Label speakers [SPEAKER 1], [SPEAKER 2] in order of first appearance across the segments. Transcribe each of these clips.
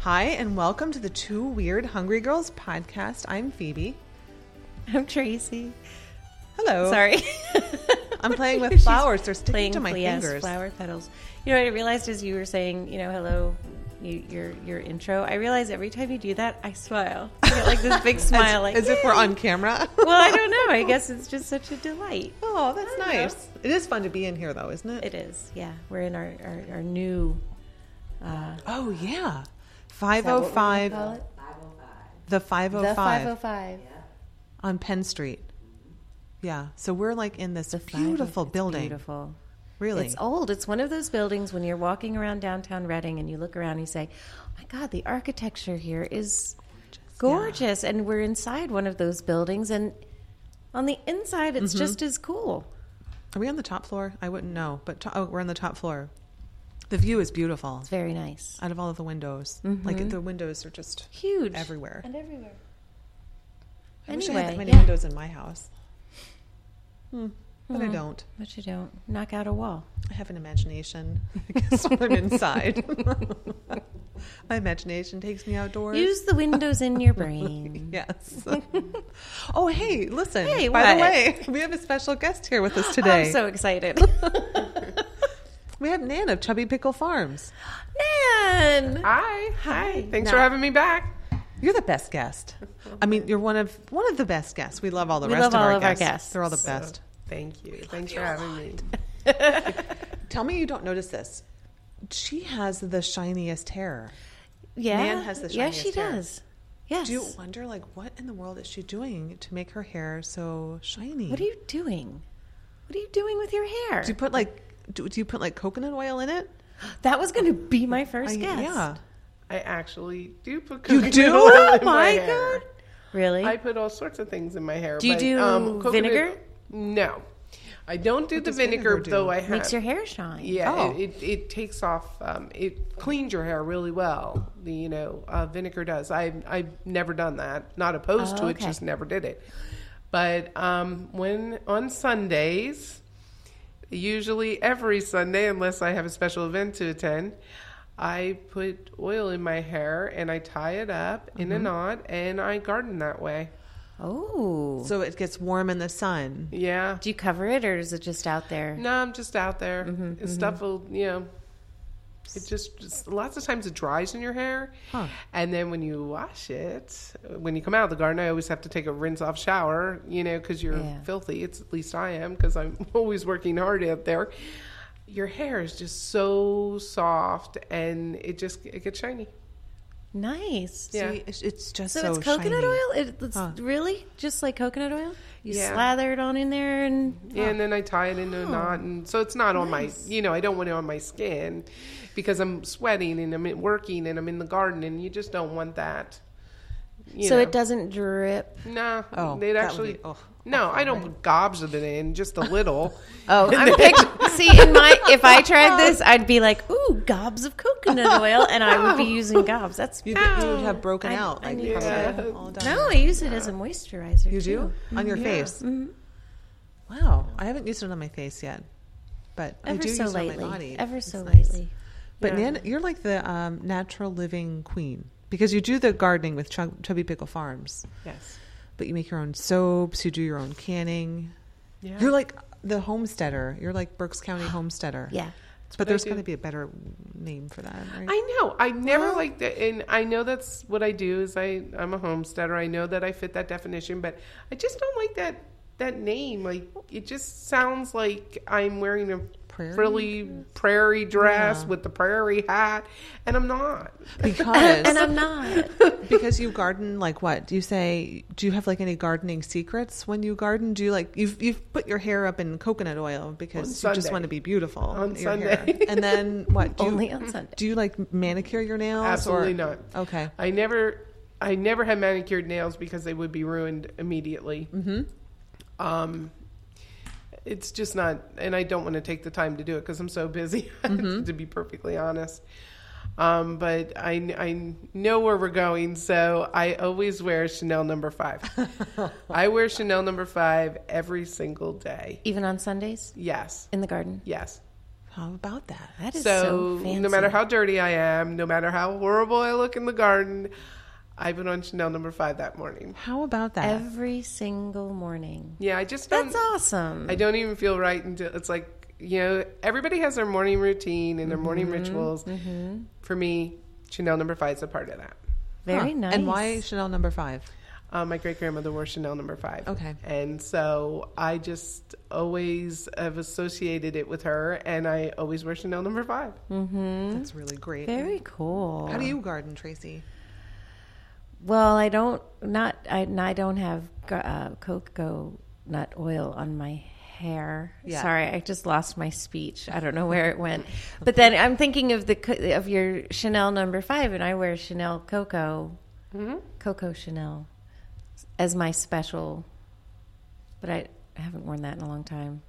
[SPEAKER 1] Hi, and welcome to the Two Weird Hungry Girls podcast. I'm Phoebe.
[SPEAKER 2] I'm Tracy.
[SPEAKER 1] Hello.
[SPEAKER 2] Sorry.
[SPEAKER 1] Oh. I'm playing with
[SPEAKER 2] She's
[SPEAKER 1] flowers. They're sticking
[SPEAKER 2] Playing
[SPEAKER 1] to my
[SPEAKER 2] yes,
[SPEAKER 1] fingers.
[SPEAKER 2] flower petals. You know what I realized as you were saying, you know, hello, you, your your intro. I realize every time you do that, I smile. I get like this big
[SPEAKER 1] As,
[SPEAKER 2] smile, like
[SPEAKER 1] as if we're
[SPEAKER 2] "Yay."
[SPEAKER 1] on camera.
[SPEAKER 2] Well, I don't know. I guess it's just such a delight.
[SPEAKER 1] Oh, that's
[SPEAKER 2] I don't know.
[SPEAKER 1] nice. It is fun to be in here, though, isn't it?
[SPEAKER 2] It is. Yeah, we're in our our, our new. Uh,
[SPEAKER 1] Oh, yeah.
[SPEAKER 3] that what we
[SPEAKER 1] 505,
[SPEAKER 3] call it?
[SPEAKER 1] the
[SPEAKER 3] The
[SPEAKER 1] 505
[SPEAKER 3] 505.
[SPEAKER 1] on Penn Street. Yeah. So we're like in this beautiful
[SPEAKER 2] oh It's
[SPEAKER 1] building.
[SPEAKER 2] Beautiful.
[SPEAKER 1] Really?
[SPEAKER 2] It's old. It's one of those buildings when you're walking around downtown Reading and you look around and you say, oh my God, the architecture here is gorgeous. And we're inside one of those buildings, and on the inside, it's just as cool.
[SPEAKER 1] Are we on the top floor? I wouldn't know, but to- oh, we're on the top floor. The view is beautiful
[SPEAKER 2] It's very nice.
[SPEAKER 1] out of all of the windows.
[SPEAKER 2] Mm-hmm.
[SPEAKER 1] Like the windows are just
[SPEAKER 2] Huge.
[SPEAKER 1] everywhere.
[SPEAKER 3] And everywhere.
[SPEAKER 1] I wish I had that
[SPEAKER 2] Anyway,
[SPEAKER 1] many
[SPEAKER 2] yeah.
[SPEAKER 1] windows in my house. Hmm, But I don't.
[SPEAKER 2] But you don't knock out a wall.
[SPEAKER 1] I have an imagination. I guess when I'm inside, my imagination takes me outdoors.
[SPEAKER 2] Use the windows in your brain.
[SPEAKER 1] Yes. oh, hey, listen.
[SPEAKER 2] Hey,
[SPEAKER 1] by the
[SPEAKER 2] what? Oh,
[SPEAKER 1] way, we have a special guest here with us today.
[SPEAKER 2] I'm so excited.
[SPEAKER 1] we have Nan of Chubby Pickle Farms.
[SPEAKER 2] Man!
[SPEAKER 4] Hi.
[SPEAKER 2] Hi.
[SPEAKER 4] Thanks
[SPEAKER 2] No.
[SPEAKER 4] for having me back.
[SPEAKER 1] You're the best guest. I mean, you're one of one of the best guests. We love all the
[SPEAKER 2] We
[SPEAKER 1] rest
[SPEAKER 2] love
[SPEAKER 1] of, our,
[SPEAKER 2] all of our
[SPEAKER 1] guests.
[SPEAKER 2] guests.
[SPEAKER 1] They're all the best.
[SPEAKER 4] Thank you. Thanks for having me.
[SPEAKER 1] Tell me you don't notice this. She has the shiniest hair.
[SPEAKER 2] Yeah.
[SPEAKER 1] Nan has the
[SPEAKER 2] Yeah, she
[SPEAKER 1] shiniest hair.
[SPEAKER 2] does. Yes.
[SPEAKER 1] Do you wonder, like, what in the world is she doing to make her hair so shiny?
[SPEAKER 2] What are you doing? What are you doing with your hair?
[SPEAKER 1] Do you put like? Do, do you put like coconut oil in it?
[SPEAKER 2] That was going to be my first
[SPEAKER 1] I-
[SPEAKER 2] guess.
[SPEAKER 1] Yeah.
[SPEAKER 4] I actually do put
[SPEAKER 1] You
[SPEAKER 4] coconut
[SPEAKER 1] do?
[SPEAKER 4] oil
[SPEAKER 1] Oh
[SPEAKER 4] in
[SPEAKER 2] my
[SPEAKER 4] hair.
[SPEAKER 2] God. Really?
[SPEAKER 4] I put all sorts of things in my hair.
[SPEAKER 2] Do you
[SPEAKER 4] but, um,
[SPEAKER 2] do
[SPEAKER 4] coconut-
[SPEAKER 2] vinegar?
[SPEAKER 4] No. I don't do the
[SPEAKER 1] does
[SPEAKER 4] vinegar,
[SPEAKER 1] vinegar do?
[SPEAKER 4] though I have
[SPEAKER 2] Makes your hair shine.
[SPEAKER 4] Yeah,
[SPEAKER 1] Oh.
[SPEAKER 4] it, it, it takes off. Um, it cleans your hair really well. The, you know, uh, vinegar does. I I've never done that. Not opposed
[SPEAKER 2] Oh,
[SPEAKER 4] to it,
[SPEAKER 2] okay.
[SPEAKER 4] just never did it. But um, when on Sundays, usually every Sunday, unless I have a special event to attend, I put oil in my hair and I tie it up in a
[SPEAKER 2] Mm-hmm.
[SPEAKER 4] knot and I garden that way.
[SPEAKER 2] Oh.
[SPEAKER 1] So it gets warm in the sun.
[SPEAKER 4] Yeah.
[SPEAKER 2] Do you cover it or is it just out there? Mm-hmm,
[SPEAKER 4] No, I'm just out there. It's Stuff will, you know, it just, just lots of times it dries in your hair,
[SPEAKER 1] Huh.
[SPEAKER 4] and then when you wash it, when you come out of the garden, I always have to take a rinse off shower, you know, because you're
[SPEAKER 2] Yeah.
[SPEAKER 4] filthy. It's at least I am because I'm always working hard out there. Your hair is just so soft, and it just it gets shiny.
[SPEAKER 2] Nice.
[SPEAKER 4] Yeah.
[SPEAKER 1] See, it's- it's just
[SPEAKER 2] So,
[SPEAKER 1] so,
[SPEAKER 2] it's coconut
[SPEAKER 1] shiny.
[SPEAKER 2] oil? It, it's
[SPEAKER 1] Huh.
[SPEAKER 2] really just like coconut oil? You
[SPEAKER 4] Yeah.
[SPEAKER 2] slather it on in there and
[SPEAKER 4] Yeah, and then I tie it into a knot, and so it's not on my,
[SPEAKER 2] nice.
[SPEAKER 4] you know, I don't want it on my skin because I'm sweating and I'm working and I'm in the garden, and you just don't want that. you
[SPEAKER 2] so
[SPEAKER 4] know.
[SPEAKER 2] it doesn't drip.
[SPEAKER 4] Nah,
[SPEAKER 1] Oh,
[SPEAKER 4] it
[SPEAKER 1] that would
[SPEAKER 4] actually.
[SPEAKER 1] be- oh,
[SPEAKER 4] no, I don't put gobs of it in, just a little.
[SPEAKER 2] Oh, I'm pict- see in my if I tried this, I'd be like, "Ooh, gobs of coconut oil," and I would be using gobs. That's
[SPEAKER 1] You, you would have broken
[SPEAKER 2] I-
[SPEAKER 1] out
[SPEAKER 2] I
[SPEAKER 1] like
[SPEAKER 2] need
[SPEAKER 1] probably
[SPEAKER 4] to-
[SPEAKER 1] all done.
[SPEAKER 2] no, I use it as a moisturizer.
[SPEAKER 1] you
[SPEAKER 2] too. Mm-hmm.
[SPEAKER 1] do on your face. Wow, I haven't used it on my face yet, but I
[SPEAKER 2] ever
[SPEAKER 1] do
[SPEAKER 2] so
[SPEAKER 1] use
[SPEAKER 2] lightly,
[SPEAKER 1] it on my body.
[SPEAKER 2] ever
[SPEAKER 1] It's
[SPEAKER 2] so
[SPEAKER 1] nice.
[SPEAKER 2] lightly.
[SPEAKER 1] But Nan, you're like the um, natural living queen because you do the gardening with Chub- Chubby Pickle Farms,
[SPEAKER 4] yes.
[SPEAKER 1] but you make your own soaps, you do your own canning.
[SPEAKER 4] Yeah.
[SPEAKER 1] You're like the homesteader. You're like Burks County homesteader.
[SPEAKER 2] Yeah.
[SPEAKER 1] but
[SPEAKER 4] what I
[SPEAKER 1] there's
[SPEAKER 4] do.
[SPEAKER 1] got to be a better name for that. Right?
[SPEAKER 4] I know. I never like that, and I know that's what I do. Is I I'm a homesteader. I know that I fit that definition, but I just don't like that that name. Like it just sounds like I'm wearing a
[SPEAKER 1] Prairie
[SPEAKER 4] frilly prairie dress
[SPEAKER 1] Yeah.
[SPEAKER 4] with the prairie hat, and I'm not.
[SPEAKER 1] because
[SPEAKER 2] And I'm not.
[SPEAKER 1] because you garden like what do you say do you have like any gardening secrets when you garden do you like you've you've put your hair up in coconut oil because
[SPEAKER 4] On
[SPEAKER 1] you just
[SPEAKER 4] Sunday.
[SPEAKER 1] want to be beautiful
[SPEAKER 4] On
[SPEAKER 1] your
[SPEAKER 4] Sunday.
[SPEAKER 1] and then what do
[SPEAKER 2] Only
[SPEAKER 1] you,
[SPEAKER 2] on Sunday.
[SPEAKER 1] do you like manicure your nails
[SPEAKER 4] Absolutely
[SPEAKER 1] or-
[SPEAKER 4] not.
[SPEAKER 1] okay
[SPEAKER 4] I never, I never had manicured nails because they would be ruined immediately. Mm-hmm. Um, it's just not, and I don't want to take the time to do it because I'm so busy. to be perfectly honest, um, but I, I know where we're going, so I always wear Chanel number five. I wear Chanel number five every single day.
[SPEAKER 2] Even on Sundays
[SPEAKER 4] Yes,
[SPEAKER 2] in the garden.
[SPEAKER 4] yes.
[SPEAKER 1] How about that?
[SPEAKER 2] That is so,
[SPEAKER 4] so,
[SPEAKER 2] fancy.
[SPEAKER 4] no matter how dirty I am, no matter how horrible I look in the garden, I put on Chanel number five that morning.
[SPEAKER 1] How about that?
[SPEAKER 2] every single morning.
[SPEAKER 4] Yeah, I just don't.
[SPEAKER 2] That's awesome.
[SPEAKER 4] I don't even feel right until it's like you know everybody has their morning routine and their morning rituals. For me, Chanel number five is a part of that.
[SPEAKER 2] Very
[SPEAKER 1] Huh.
[SPEAKER 2] nice.
[SPEAKER 1] And why Chanel number five?
[SPEAKER 4] Uh, my great grandmother wore Chanel number five.
[SPEAKER 1] Okay.
[SPEAKER 4] And so I just always have associated it with her, and I always wear Chanel number five.
[SPEAKER 1] That's really great.
[SPEAKER 2] Very cool.
[SPEAKER 1] How do you garden, Tracy?
[SPEAKER 2] Well, I don't not I, and I don't have uh, cocoa nut oil on my hair.
[SPEAKER 1] Yeah.
[SPEAKER 2] Sorry, I just lost my speech. I don't know where it went. But then I'm thinking of the co- of your Chanel number five, and I wear Chanel cocoa,
[SPEAKER 1] Mm-hmm.
[SPEAKER 2] cocoa Chanel, as my special. But I haven't worn that in a long time.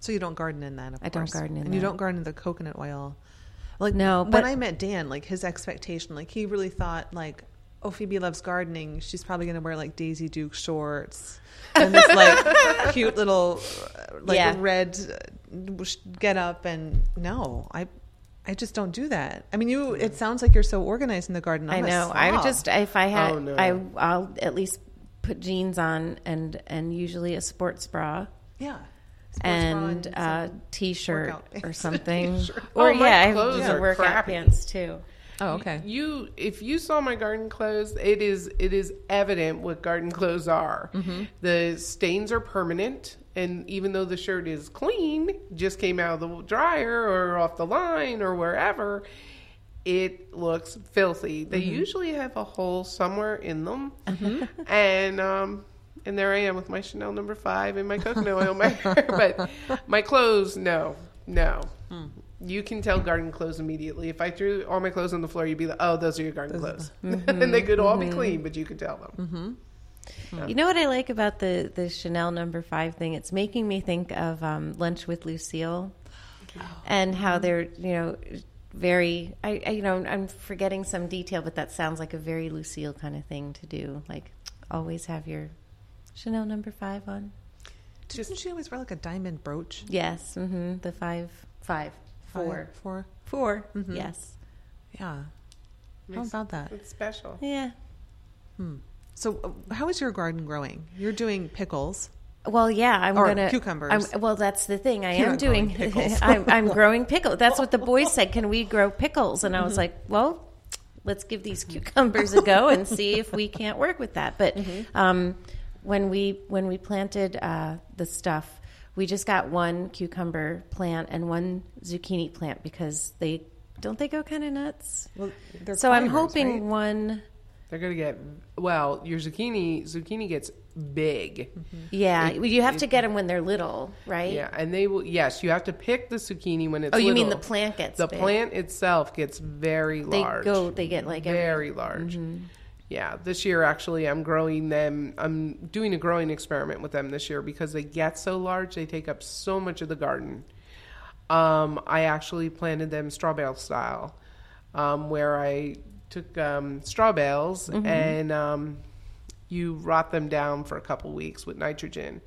[SPEAKER 1] So you don't garden in that? Of
[SPEAKER 2] I don't
[SPEAKER 1] course.
[SPEAKER 2] garden in
[SPEAKER 1] and you
[SPEAKER 2] that.
[SPEAKER 1] don't garden in the coconut oil. Like
[SPEAKER 2] No,
[SPEAKER 1] when
[SPEAKER 2] but-
[SPEAKER 1] I met Dan, like his expectation, like he really thought like, oh, Phoebe loves gardening. She's probably gonna wear like Daisy Duke shorts and this like cute little uh, like
[SPEAKER 2] Yeah.
[SPEAKER 1] red uh, get up. And no, I. I just don't do that. I mean, you. It sounds like you're so organized in the garden.
[SPEAKER 2] Mm. i
[SPEAKER 1] I'm a
[SPEAKER 2] know. I
[SPEAKER 1] slob.
[SPEAKER 2] just if I had,
[SPEAKER 4] Oh, no.
[SPEAKER 2] I I'll at least put jeans on and and usually a sports bra.
[SPEAKER 1] yeah. Sports bra
[SPEAKER 2] and
[SPEAKER 1] some-
[SPEAKER 2] uh, t-shirt
[SPEAKER 1] workout pants.
[SPEAKER 2] or something.
[SPEAKER 4] Oh,
[SPEAKER 2] Or
[SPEAKER 4] my
[SPEAKER 2] yeah, I
[SPEAKER 4] clothes
[SPEAKER 2] have the
[SPEAKER 4] are
[SPEAKER 2] workout
[SPEAKER 4] crappy.
[SPEAKER 2] pants too.
[SPEAKER 1] oh, okay.
[SPEAKER 4] You, if you saw my garden clothes, it is it is evident what garden clothes are. The stains are permanent, and even though the shirt is clean, just came out of the dryer or off the line or wherever, it looks filthy. They usually have a hole somewhere in them, and um, and there I am with my Chanel number five and my coconut oil, in my hair, but my clothes, no, no. You can tell garden clothes immediately. If I threw all my clothes on the floor, you'd be like, "Oh, those are Mm-hmm. your garden clothes," and they could all be clean, but you could tell them.
[SPEAKER 2] You know what I like about the the Chanel number five thing? It's making me think of um, Lunch with Lucille, and how they're you know very I, I you know I'm forgetting some detail, but that sounds like a very Lucille kind of thing to do. Like always have your Chanel number five on.
[SPEAKER 1] Doesn't she always wear like a diamond brooch?
[SPEAKER 2] Yes, hmm the five five four
[SPEAKER 1] Five, Mm-hmm. four.
[SPEAKER 2] four. Yes,
[SPEAKER 1] Yeah. How about that?
[SPEAKER 4] It's special.
[SPEAKER 2] yeah.
[SPEAKER 1] So, uh, how is your garden growing? You're doing pickles.
[SPEAKER 2] Well, yeah, I'm
[SPEAKER 1] Or
[SPEAKER 2] gonna
[SPEAKER 1] cucumbers.
[SPEAKER 2] I'm, well, that's the thing. I
[SPEAKER 1] You're
[SPEAKER 2] am
[SPEAKER 1] not growing
[SPEAKER 2] doing.
[SPEAKER 1] pickles.
[SPEAKER 2] I'm, I'm growing pickles. That's what the boys said. Can we grow pickles? And I
[SPEAKER 1] Mm-hmm.
[SPEAKER 2] was like, well, let's give these cucumbers a go and see if we can't work with that. But
[SPEAKER 1] Mm-hmm.
[SPEAKER 2] um, when we when we planted uh, the stuff, we just got one cucumber plant and one zucchini plant because they don't they go kind of nuts.
[SPEAKER 1] Well, they're
[SPEAKER 2] so I'm hoping one.
[SPEAKER 4] They're gonna get well. Your zucchini zucchini gets big.
[SPEAKER 2] Yeah, you have to get them when they're little, right?
[SPEAKER 4] Yeah, and they will. Yes, you have to pick the zucchini when it's.
[SPEAKER 2] Oh, you mean the
[SPEAKER 4] little.
[SPEAKER 2] plant gets
[SPEAKER 4] The
[SPEAKER 2] big.
[SPEAKER 4] plant itself gets very
[SPEAKER 2] They
[SPEAKER 4] large.
[SPEAKER 2] go. They get like every Mm-hmm.
[SPEAKER 4] very large. Yeah, this year actually, I'm growing them. I'm doing a growing experiment with them this year because they get so large, they take up so much of the garden. Um, I actually planted them straw bale style, um, where I took um, straw bales
[SPEAKER 2] Mm-hmm.
[SPEAKER 4] and um, you rot them down for a couple weeks with nitrogen,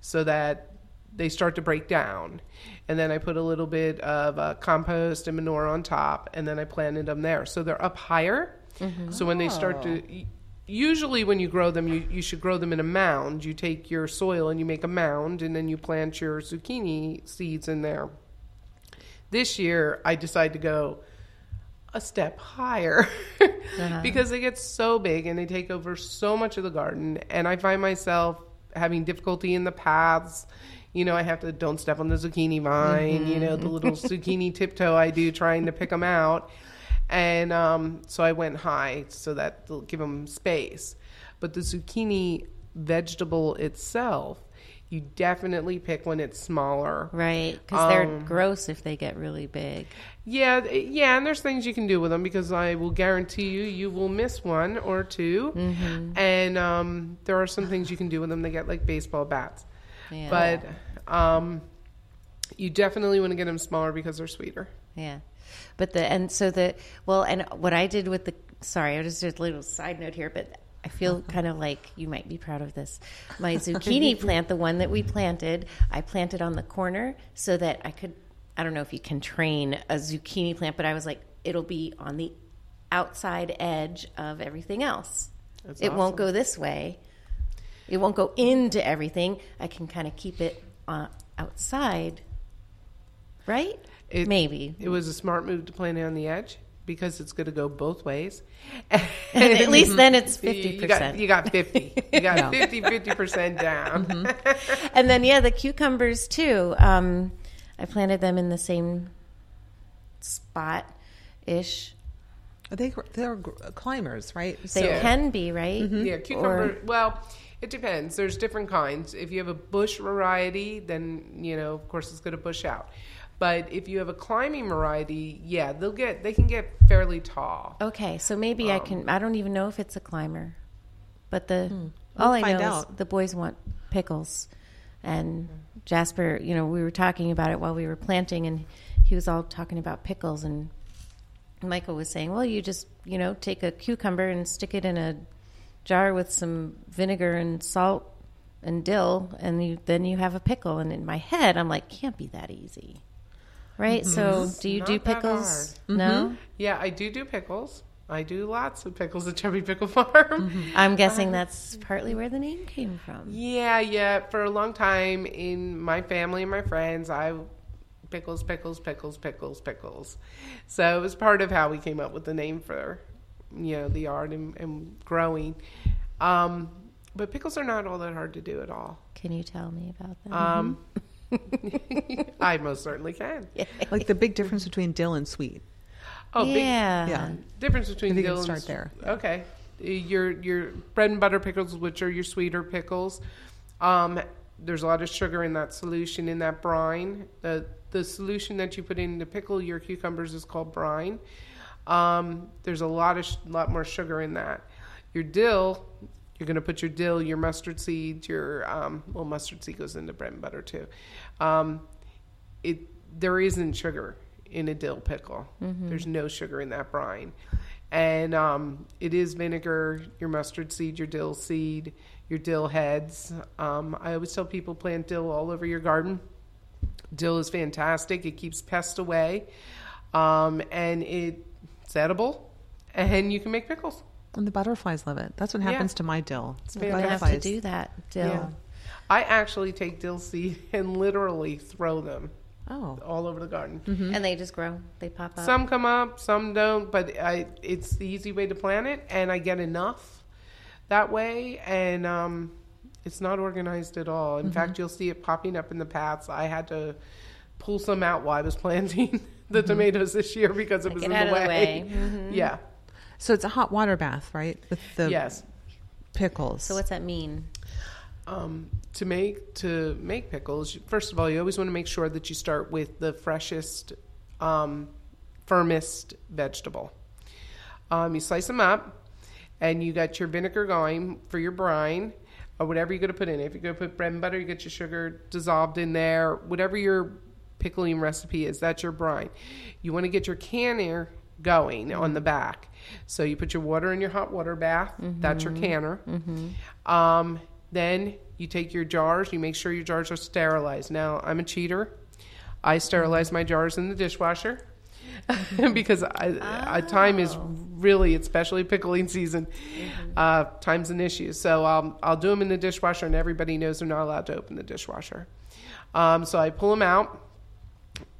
[SPEAKER 4] so that they start to break down. And then I put a little bit of uh, compost and manure on top, and then I planted them there. So they're up higher. So when they start to, usually when you grow them, you, you should grow them in a mound. You take your soil and you make a mound, and then you plant your zucchini seeds in there. This year, I decided to go a step higher because they get so big and they take over so much of the garden. And I find myself having difficulty in the paths. You know, I have to don't step on the zucchini vine, you know, the little zucchini tiptoe I do trying to pick them out. And um, so I went high so that they'll give them space. But the zucchini vegetable itself, you definitely pick when it's smaller.
[SPEAKER 2] Right, because they're
[SPEAKER 4] um,
[SPEAKER 2] gross if they get really big.
[SPEAKER 4] Yeah, th- yeah, and there's things you can do with them because I will guarantee you, you will miss one or 2
[SPEAKER 2] Mm-hmm.
[SPEAKER 4] and um, there are some things you can do with them. They get like baseball bats,
[SPEAKER 2] Yeah.
[SPEAKER 4] but um, you definitely want to get them smaller because they're sweeter.
[SPEAKER 2] Yeah, but the and so the well and what I did with the sorry, I just did a little side note here, but I feel
[SPEAKER 4] Uh-huh.
[SPEAKER 2] kind of like you might be proud of this. My zucchini plant, the one that we planted, I planted on the corner so that I could I don't know if you can train a zucchini plant, but I was like, it'll be on the outside edge of everything else.
[SPEAKER 4] That's
[SPEAKER 2] it
[SPEAKER 4] awesome.
[SPEAKER 2] won't go this way. It won't go into everything. I can kind of keep it uh, outside, right?
[SPEAKER 4] It-
[SPEAKER 2] Maybe.
[SPEAKER 4] It was a smart move to plant it on the edge because it's going to go both ways.
[SPEAKER 2] At least then it's
[SPEAKER 4] You-
[SPEAKER 2] fifty
[SPEAKER 4] You got,
[SPEAKER 2] percent. Mm-hmm.
[SPEAKER 4] you got 50. You got 50, 50% down.
[SPEAKER 2] and then yeah, the cucumbers too. Um, I planted them in the same spot ish.
[SPEAKER 1] Are they they're gr- uh, climbers, right?
[SPEAKER 2] They
[SPEAKER 1] So-
[SPEAKER 4] Yeah.
[SPEAKER 2] can be right.
[SPEAKER 4] Yeah, cucumber. well, it depends. There's different kinds. If you have a bush variety, then you know, of course, it's going to bush out. But if you have a climbing variety, yeah, they'll get they can get fairly tall.
[SPEAKER 2] Or, okay, so maybe
[SPEAKER 4] Um,
[SPEAKER 2] I can. I don't even know if it's a climber, but the all
[SPEAKER 1] Hmm, We'll
[SPEAKER 2] I know
[SPEAKER 1] find
[SPEAKER 2] is
[SPEAKER 1] out.
[SPEAKER 2] the boys want pickles, and Jasper. You know, we were talking about it while we were planting, and he was all talking about pickles, and Michael was saying, "Well, you just you know take a cucumber and stick it in a jar with some vinegar and salt." And dill, and you, then you have a pickle. And in my head, I'm like, can't be that easy, right?
[SPEAKER 1] Mm-hmm.
[SPEAKER 2] So, do you
[SPEAKER 4] Not
[SPEAKER 2] do
[SPEAKER 4] that
[SPEAKER 2] pickles? No,
[SPEAKER 4] Yeah, I do do pickles. I do lots of pickles at Chubby Pickle Farm.
[SPEAKER 2] I'm guessing that's partly where the name came from.
[SPEAKER 4] Yeah, yeah. For a long time in my family and my friends, I pickles, pickles, pickles, pickles, pickles. So it was part of how we came up with the name for, you know, the art and, and growing. Um, but pickles are not all that hard to do at all.
[SPEAKER 2] Can you tell me about that?
[SPEAKER 4] Um, I most certainly can.
[SPEAKER 1] like the big difference between dill and sweet.
[SPEAKER 4] Oh,
[SPEAKER 2] yeah.
[SPEAKER 1] Yeah.
[SPEAKER 4] big difference between
[SPEAKER 1] If you can
[SPEAKER 4] dill and
[SPEAKER 1] start
[SPEAKER 4] s-
[SPEAKER 1] there.
[SPEAKER 4] Okay, your your bread and butter pickles, which are your sweeter pickles. Um, there's a lot of sugar in that solution in that brine. The the solution that you put in to pickle your cucumbers is called brine. Um, there's a lot of sh- lot more sugar in that. Your dill, you're going to put your dill, your mustard seeds, your um, well, mustard seed goes into bread and butter too. Um, it there isn't sugar in a dill pickle. There's no sugar in that brine, and um, it is vinegar, your mustard seed, your dill seed, your dill heads. Um, I always tell people plant dill all over your garden. Dill is fantastic. It keeps pests away, um, and it's edible, and you can make pickles.
[SPEAKER 1] And the butterflies love it. That's what happens to my dill. The
[SPEAKER 2] I'm gonna
[SPEAKER 1] butterflies.
[SPEAKER 2] have to do that, Dill.
[SPEAKER 4] Yeah. I actually take dill seed and literally throw them
[SPEAKER 1] Oh,
[SPEAKER 4] all over the garden.
[SPEAKER 2] And they just grow. They pop up.
[SPEAKER 4] Some come up, some don't, but I it's the easy way to plan it, and I get enough that way, and um, it's not organized at all.
[SPEAKER 2] Mm-hmm.
[SPEAKER 4] In fact, you'll see it popping up in the paths. I had to pull some out while I was planting the tomatoes this year because it was
[SPEAKER 2] Mm-hmm. Get
[SPEAKER 4] in
[SPEAKER 2] out
[SPEAKER 4] the
[SPEAKER 2] of
[SPEAKER 4] way.
[SPEAKER 2] the way. Mm-hmm.
[SPEAKER 4] Yeah.
[SPEAKER 1] so it's a hot water bath, right? With the
[SPEAKER 4] yes.
[SPEAKER 1] pickles.
[SPEAKER 2] So what's that mean?
[SPEAKER 4] Um, to make to make pickles, you- first of all, you always want to make sure that you start with the freshest, um, firmest vegetable. Um, you slice them up, and you got your vinegar going for your brine, or whatever you're going to put in. it. If you're going to put bread and butter, you get your sugar dissolved in there. Whatever your pickling recipe is, that's your brine. You want to get your canner going on the back. So you put your water in your hot water bath. That's your canner. Um, then you take your jars. You make sure your jars are sterilized. Now I'm a cheater. I sterilize my jars in the dishwasher because I, I, time is really, especially pickling season, uh, time's an issue. So um, I'll do them in the dishwasher, and everybody knows they're not allowed to open the dishwasher. Um, so I pull them out,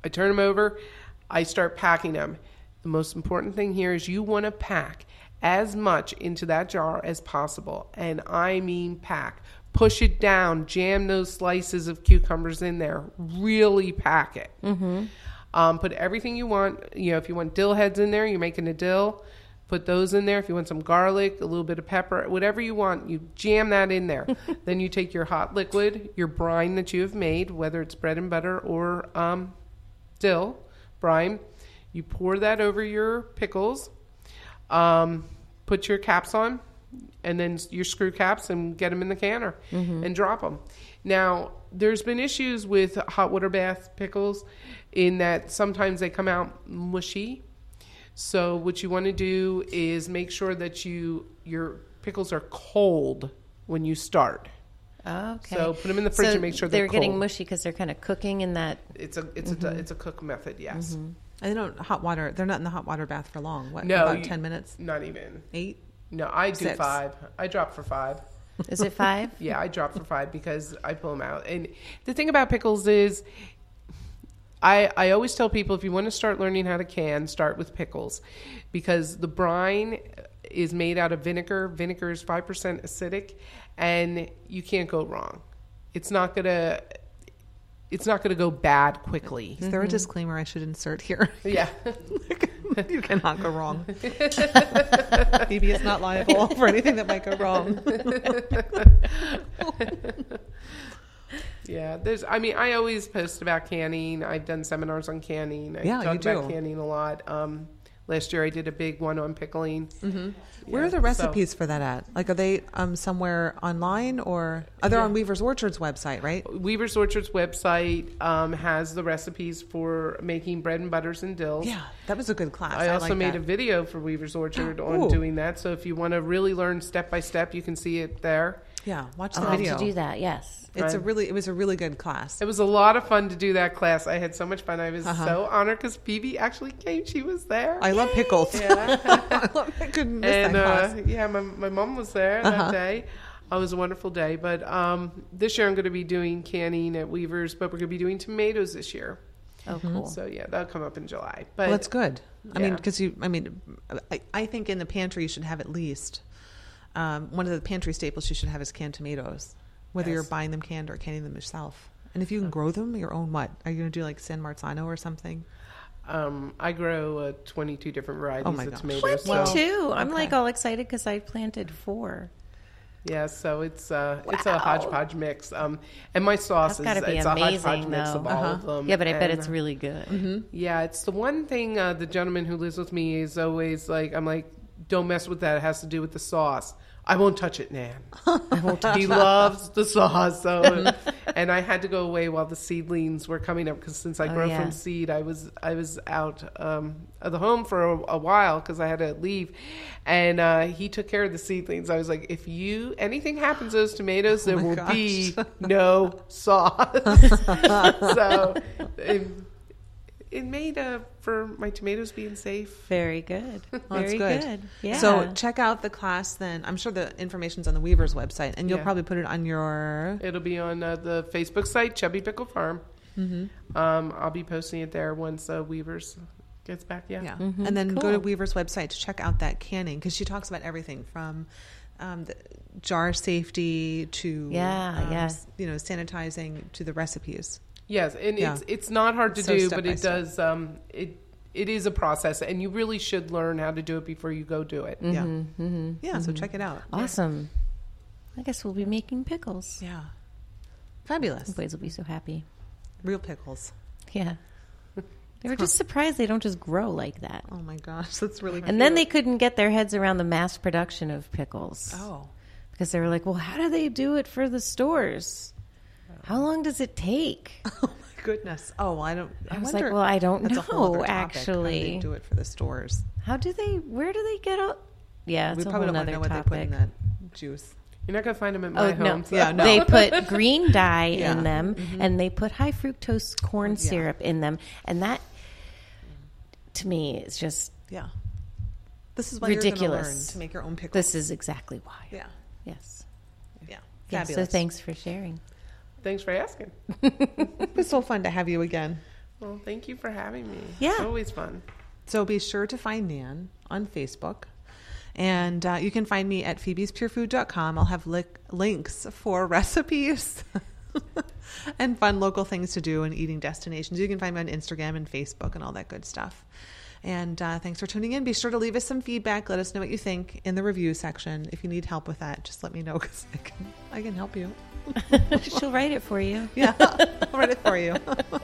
[SPEAKER 4] I turn them over, I start packing them. The most important thing here is you want to pack as much into that jar as possible, and I mean pack. Push it down, jam those slices of cucumbers in there, really pack it. Um, put everything you want. You know, if you want dill heads in there, you're making a dill. Put those in there. If you want some garlic, a little bit of pepper, whatever you want, you jam that in there. then you take your hot liquid, your brine that you have made, whether it's bread and butter or um, dill brine. You pour that over your pickles. Um, put your caps on, and then s- your screw caps, and get them in the canner and drop them. Now, there's been issues with hot water bath pickles in that sometimes they come out mushy. So what you want to do is make sure that you your pickles are cold when you start.
[SPEAKER 2] Okay.
[SPEAKER 4] So put 'em in the fridge and make sure they're
[SPEAKER 2] getting
[SPEAKER 4] cold.
[SPEAKER 2] mushy because they're kind of cooking in that.
[SPEAKER 4] It's a it's a it's a cook method. Yes.
[SPEAKER 1] And they don't hot water. They're not in the hot water bath for long. What
[SPEAKER 4] No,
[SPEAKER 1] about
[SPEAKER 4] you-
[SPEAKER 1] ten minutes?
[SPEAKER 4] Not even.
[SPEAKER 1] Eight.
[SPEAKER 4] No, I do
[SPEAKER 1] Six.
[SPEAKER 4] five. I drop for five.
[SPEAKER 2] Is it five?
[SPEAKER 4] Yeah, I drop for five because I pull them out. And the thing about pickles is, I I always tell people if you want to start learning how to can, start with pickles, because the brine is made out of vinegar. Vinegar is five percent acidic, and you can't go wrong. It's not gonna. It's not going to go bad quickly.
[SPEAKER 1] Is there
[SPEAKER 2] Mm-hmm.
[SPEAKER 1] a disclaimer I should insert here?
[SPEAKER 4] Yeah.
[SPEAKER 1] you cannot go wrong. Phoebe is not liable for anything that might go wrong.
[SPEAKER 4] Yeah, there's. I mean, I always post about canning. I've done seminars on canning. I
[SPEAKER 1] Yeah,
[SPEAKER 4] talk
[SPEAKER 1] you
[SPEAKER 4] about
[SPEAKER 1] do.
[SPEAKER 4] canning a lot. Um, last year I did a big one on pickling. Mm-hmm.
[SPEAKER 1] Where are the recipes for that at? Like, are they um, somewhere online or are they on Weaver's Orchard's website? Right.
[SPEAKER 4] Weaver's Orchard's website um, has the recipes for making bread and butters and dills.
[SPEAKER 1] Yeah, that was a good class.
[SPEAKER 4] I, also
[SPEAKER 1] like
[SPEAKER 4] made
[SPEAKER 1] that.
[SPEAKER 4] a video for Weaver's Orchard on
[SPEAKER 1] Ooh.
[SPEAKER 4] doing that. So if you want to really learn step by step, you can see it there.
[SPEAKER 1] Yeah, watch the
[SPEAKER 4] Uh-huh.
[SPEAKER 2] I'll have
[SPEAKER 1] video.
[SPEAKER 2] to do that. Yes.
[SPEAKER 1] It's a
[SPEAKER 4] Right.
[SPEAKER 1] really, it was a really good class.
[SPEAKER 4] It was a lot of fun to do that class. I had so much fun. I was
[SPEAKER 1] Uh-huh.
[SPEAKER 4] so honored because Phoebe actually came. She was there.
[SPEAKER 1] I love pickles. I love. I couldn't miss
[SPEAKER 4] and
[SPEAKER 1] that class.
[SPEAKER 4] uh, yeah, my my mom was there
[SPEAKER 2] Uh-huh.
[SPEAKER 4] that day. Uh, It was a wonderful day, but um, this year I'm going to be doing canning at Weaver's, but we're going to be doing tomatoes this year.
[SPEAKER 2] Oh, cool.
[SPEAKER 4] So yeah, that'll come up in July. But
[SPEAKER 1] Well, that's good. I mean,
[SPEAKER 4] Yeah.
[SPEAKER 1] because you, I mean, I, I think in the pantry you should have at least um, one of the pantry staples you should have is canned tomatoes, whether you're
[SPEAKER 4] Yes.
[SPEAKER 1] buying them canned or canning them yourself. And if you can grow them your own, what are you going to do like San Marzano or something?
[SPEAKER 4] um, I grow uh, 22 different
[SPEAKER 2] Oh
[SPEAKER 4] varieties
[SPEAKER 1] my
[SPEAKER 4] of
[SPEAKER 1] gosh.
[SPEAKER 4] tomatoes.
[SPEAKER 2] Me
[SPEAKER 4] So,
[SPEAKER 2] too. I'm like all excited because I planted four.
[SPEAKER 4] yeah, so it's uh, it's a
[SPEAKER 2] Wow.
[SPEAKER 4] hodgepodge mix. Um, and my sauce
[SPEAKER 2] That's got to
[SPEAKER 4] is
[SPEAKER 2] be
[SPEAKER 4] it's a hodgepodge
[SPEAKER 2] amazing,
[SPEAKER 4] mix of
[SPEAKER 2] though. Uh-huh.
[SPEAKER 4] all of them.
[SPEAKER 2] yeah, but I bet
[SPEAKER 4] And,
[SPEAKER 2] it's
[SPEAKER 4] uh,
[SPEAKER 2] really good.
[SPEAKER 4] Yeah, it's the one thing uh, the gentleman who lives with me is always like, I'm like, don't mess with that. It has to do with the sauce. I won't touch it, Nan. he loves the sauce. So, and I had to go away while the seedlings were coming up because since I
[SPEAKER 2] Oh,
[SPEAKER 4] grow
[SPEAKER 2] yeah.
[SPEAKER 4] from seed, I was I was out um, of the home for a, a while because I had to leave. And uh, he took care of the seedlings. I was like, if you anything happens to those tomatoes, there
[SPEAKER 1] Oh my
[SPEAKER 4] will be
[SPEAKER 1] gosh.
[SPEAKER 4] no sauce. so. It, it made uh, for my tomatoes being safe.
[SPEAKER 2] Very good.
[SPEAKER 1] Oh, that's
[SPEAKER 2] Very good. Yeah.
[SPEAKER 1] So check out the class then. I'm sure the information's on the Weaver's website, and you'll
[SPEAKER 4] Yeah.
[SPEAKER 1] probably put it on your.
[SPEAKER 4] It'll be on uh, the Facebook site, Chubby Pickle Farm.
[SPEAKER 1] Mm-hmm.
[SPEAKER 4] Um, I'll be posting it there once uh, Weavers gets back. Yeah.
[SPEAKER 1] Yeah. And then go to
[SPEAKER 2] Mm-hmm. Cool.
[SPEAKER 1] Weaver's website to check out that canning because she talks about everything from um, the jar safety to
[SPEAKER 2] Yeah,
[SPEAKER 1] um,
[SPEAKER 2] yeah.
[SPEAKER 1] s- you know sanitizing to the recipes.
[SPEAKER 4] Yes, and
[SPEAKER 1] Yeah.
[SPEAKER 4] it's it's not hard to
[SPEAKER 1] So
[SPEAKER 4] do,
[SPEAKER 1] step
[SPEAKER 4] but
[SPEAKER 1] by
[SPEAKER 4] it
[SPEAKER 1] step.
[SPEAKER 4] does. Um, it it is a process, and you really should learn how to do it before you go do
[SPEAKER 2] Mm-hmm.
[SPEAKER 4] it.
[SPEAKER 1] Yeah. yeah. So check it out.
[SPEAKER 2] awesome. I guess we'll be making pickles.
[SPEAKER 1] Yeah. Fabulous.
[SPEAKER 2] Boys will be so happy.
[SPEAKER 1] Real pickles.
[SPEAKER 2] Yeah. They were just surprised they don't just grow like that.
[SPEAKER 1] Oh my gosh, that's really.
[SPEAKER 2] And then they couldn't get their heads around the mass production of pickles.
[SPEAKER 1] oh,
[SPEAKER 2] Because they were like, well, how do they do it for the stores? How long does it take?
[SPEAKER 1] oh my goodness. Oh, well, I don't. I,
[SPEAKER 2] I was like,
[SPEAKER 1] wonder,
[SPEAKER 2] well, I don't
[SPEAKER 1] that's a whole
[SPEAKER 2] know,
[SPEAKER 1] other topic, how they
[SPEAKER 2] actually.
[SPEAKER 1] do it for the stores.
[SPEAKER 2] How do they, where do they get up? Yeah, it's
[SPEAKER 1] we
[SPEAKER 2] a
[SPEAKER 1] probably
[SPEAKER 2] whole
[SPEAKER 1] don't want
[SPEAKER 2] nother
[SPEAKER 1] to know what
[SPEAKER 2] topic.
[SPEAKER 1] they put in that juice.
[SPEAKER 4] You're not gonna find them at
[SPEAKER 2] Oh
[SPEAKER 4] my
[SPEAKER 2] no.
[SPEAKER 4] home. so-
[SPEAKER 1] Yeah, no.
[SPEAKER 2] They put green dye
[SPEAKER 1] Yeah. Mm-hmm.
[SPEAKER 2] in them and they put high fructose corn syrup in them and that to me is just
[SPEAKER 1] Yeah. This is what ridiculous. you're going to learn
[SPEAKER 2] Ridiculous.
[SPEAKER 1] to make your own pickles.
[SPEAKER 2] this is exactly why.
[SPEAKER 1] yeah.
[SPEAKER 2] Yes.
[SPEAKER 1] Yeah.
[SPEAKER 2] Yeah,
[SPEAKER 1] Fabulous.
[SPEAKER 2] so thanks for sharing.
[SPEAKER 4] Thanks for asking.
[SPEAKER 1] It was so fun to have you again.
[SPEAKER 4] Well, thank you for having me.
[SPEAKER 2] Yeah.
[SPEAKER 4] It's always fun.
[SPEAKER 1] So be sure to find Nan on Facebook. And uh, you can find me at phoebespurefood.com. I'll have lick links for recipes and fun local things to do and eating destinations. You can find me on Instagram and Facebook and all that good stuff. And uh, thanks for tuning in. Be sure to leave us some feedback. Let us know what you think in the review section. If you need help with that, just let me know because I can, I can help you.
[SPEAKER 2] She'll write it for you.
[SPEAKER 1] Yeah, I'll write it for you.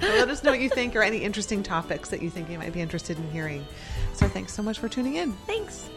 [SPEAKER 1] So let us know what you think or any interesting topics that you think you might be interested in hearing. So thanks so much for tuning in.
[SPEAKER 2] Thanks.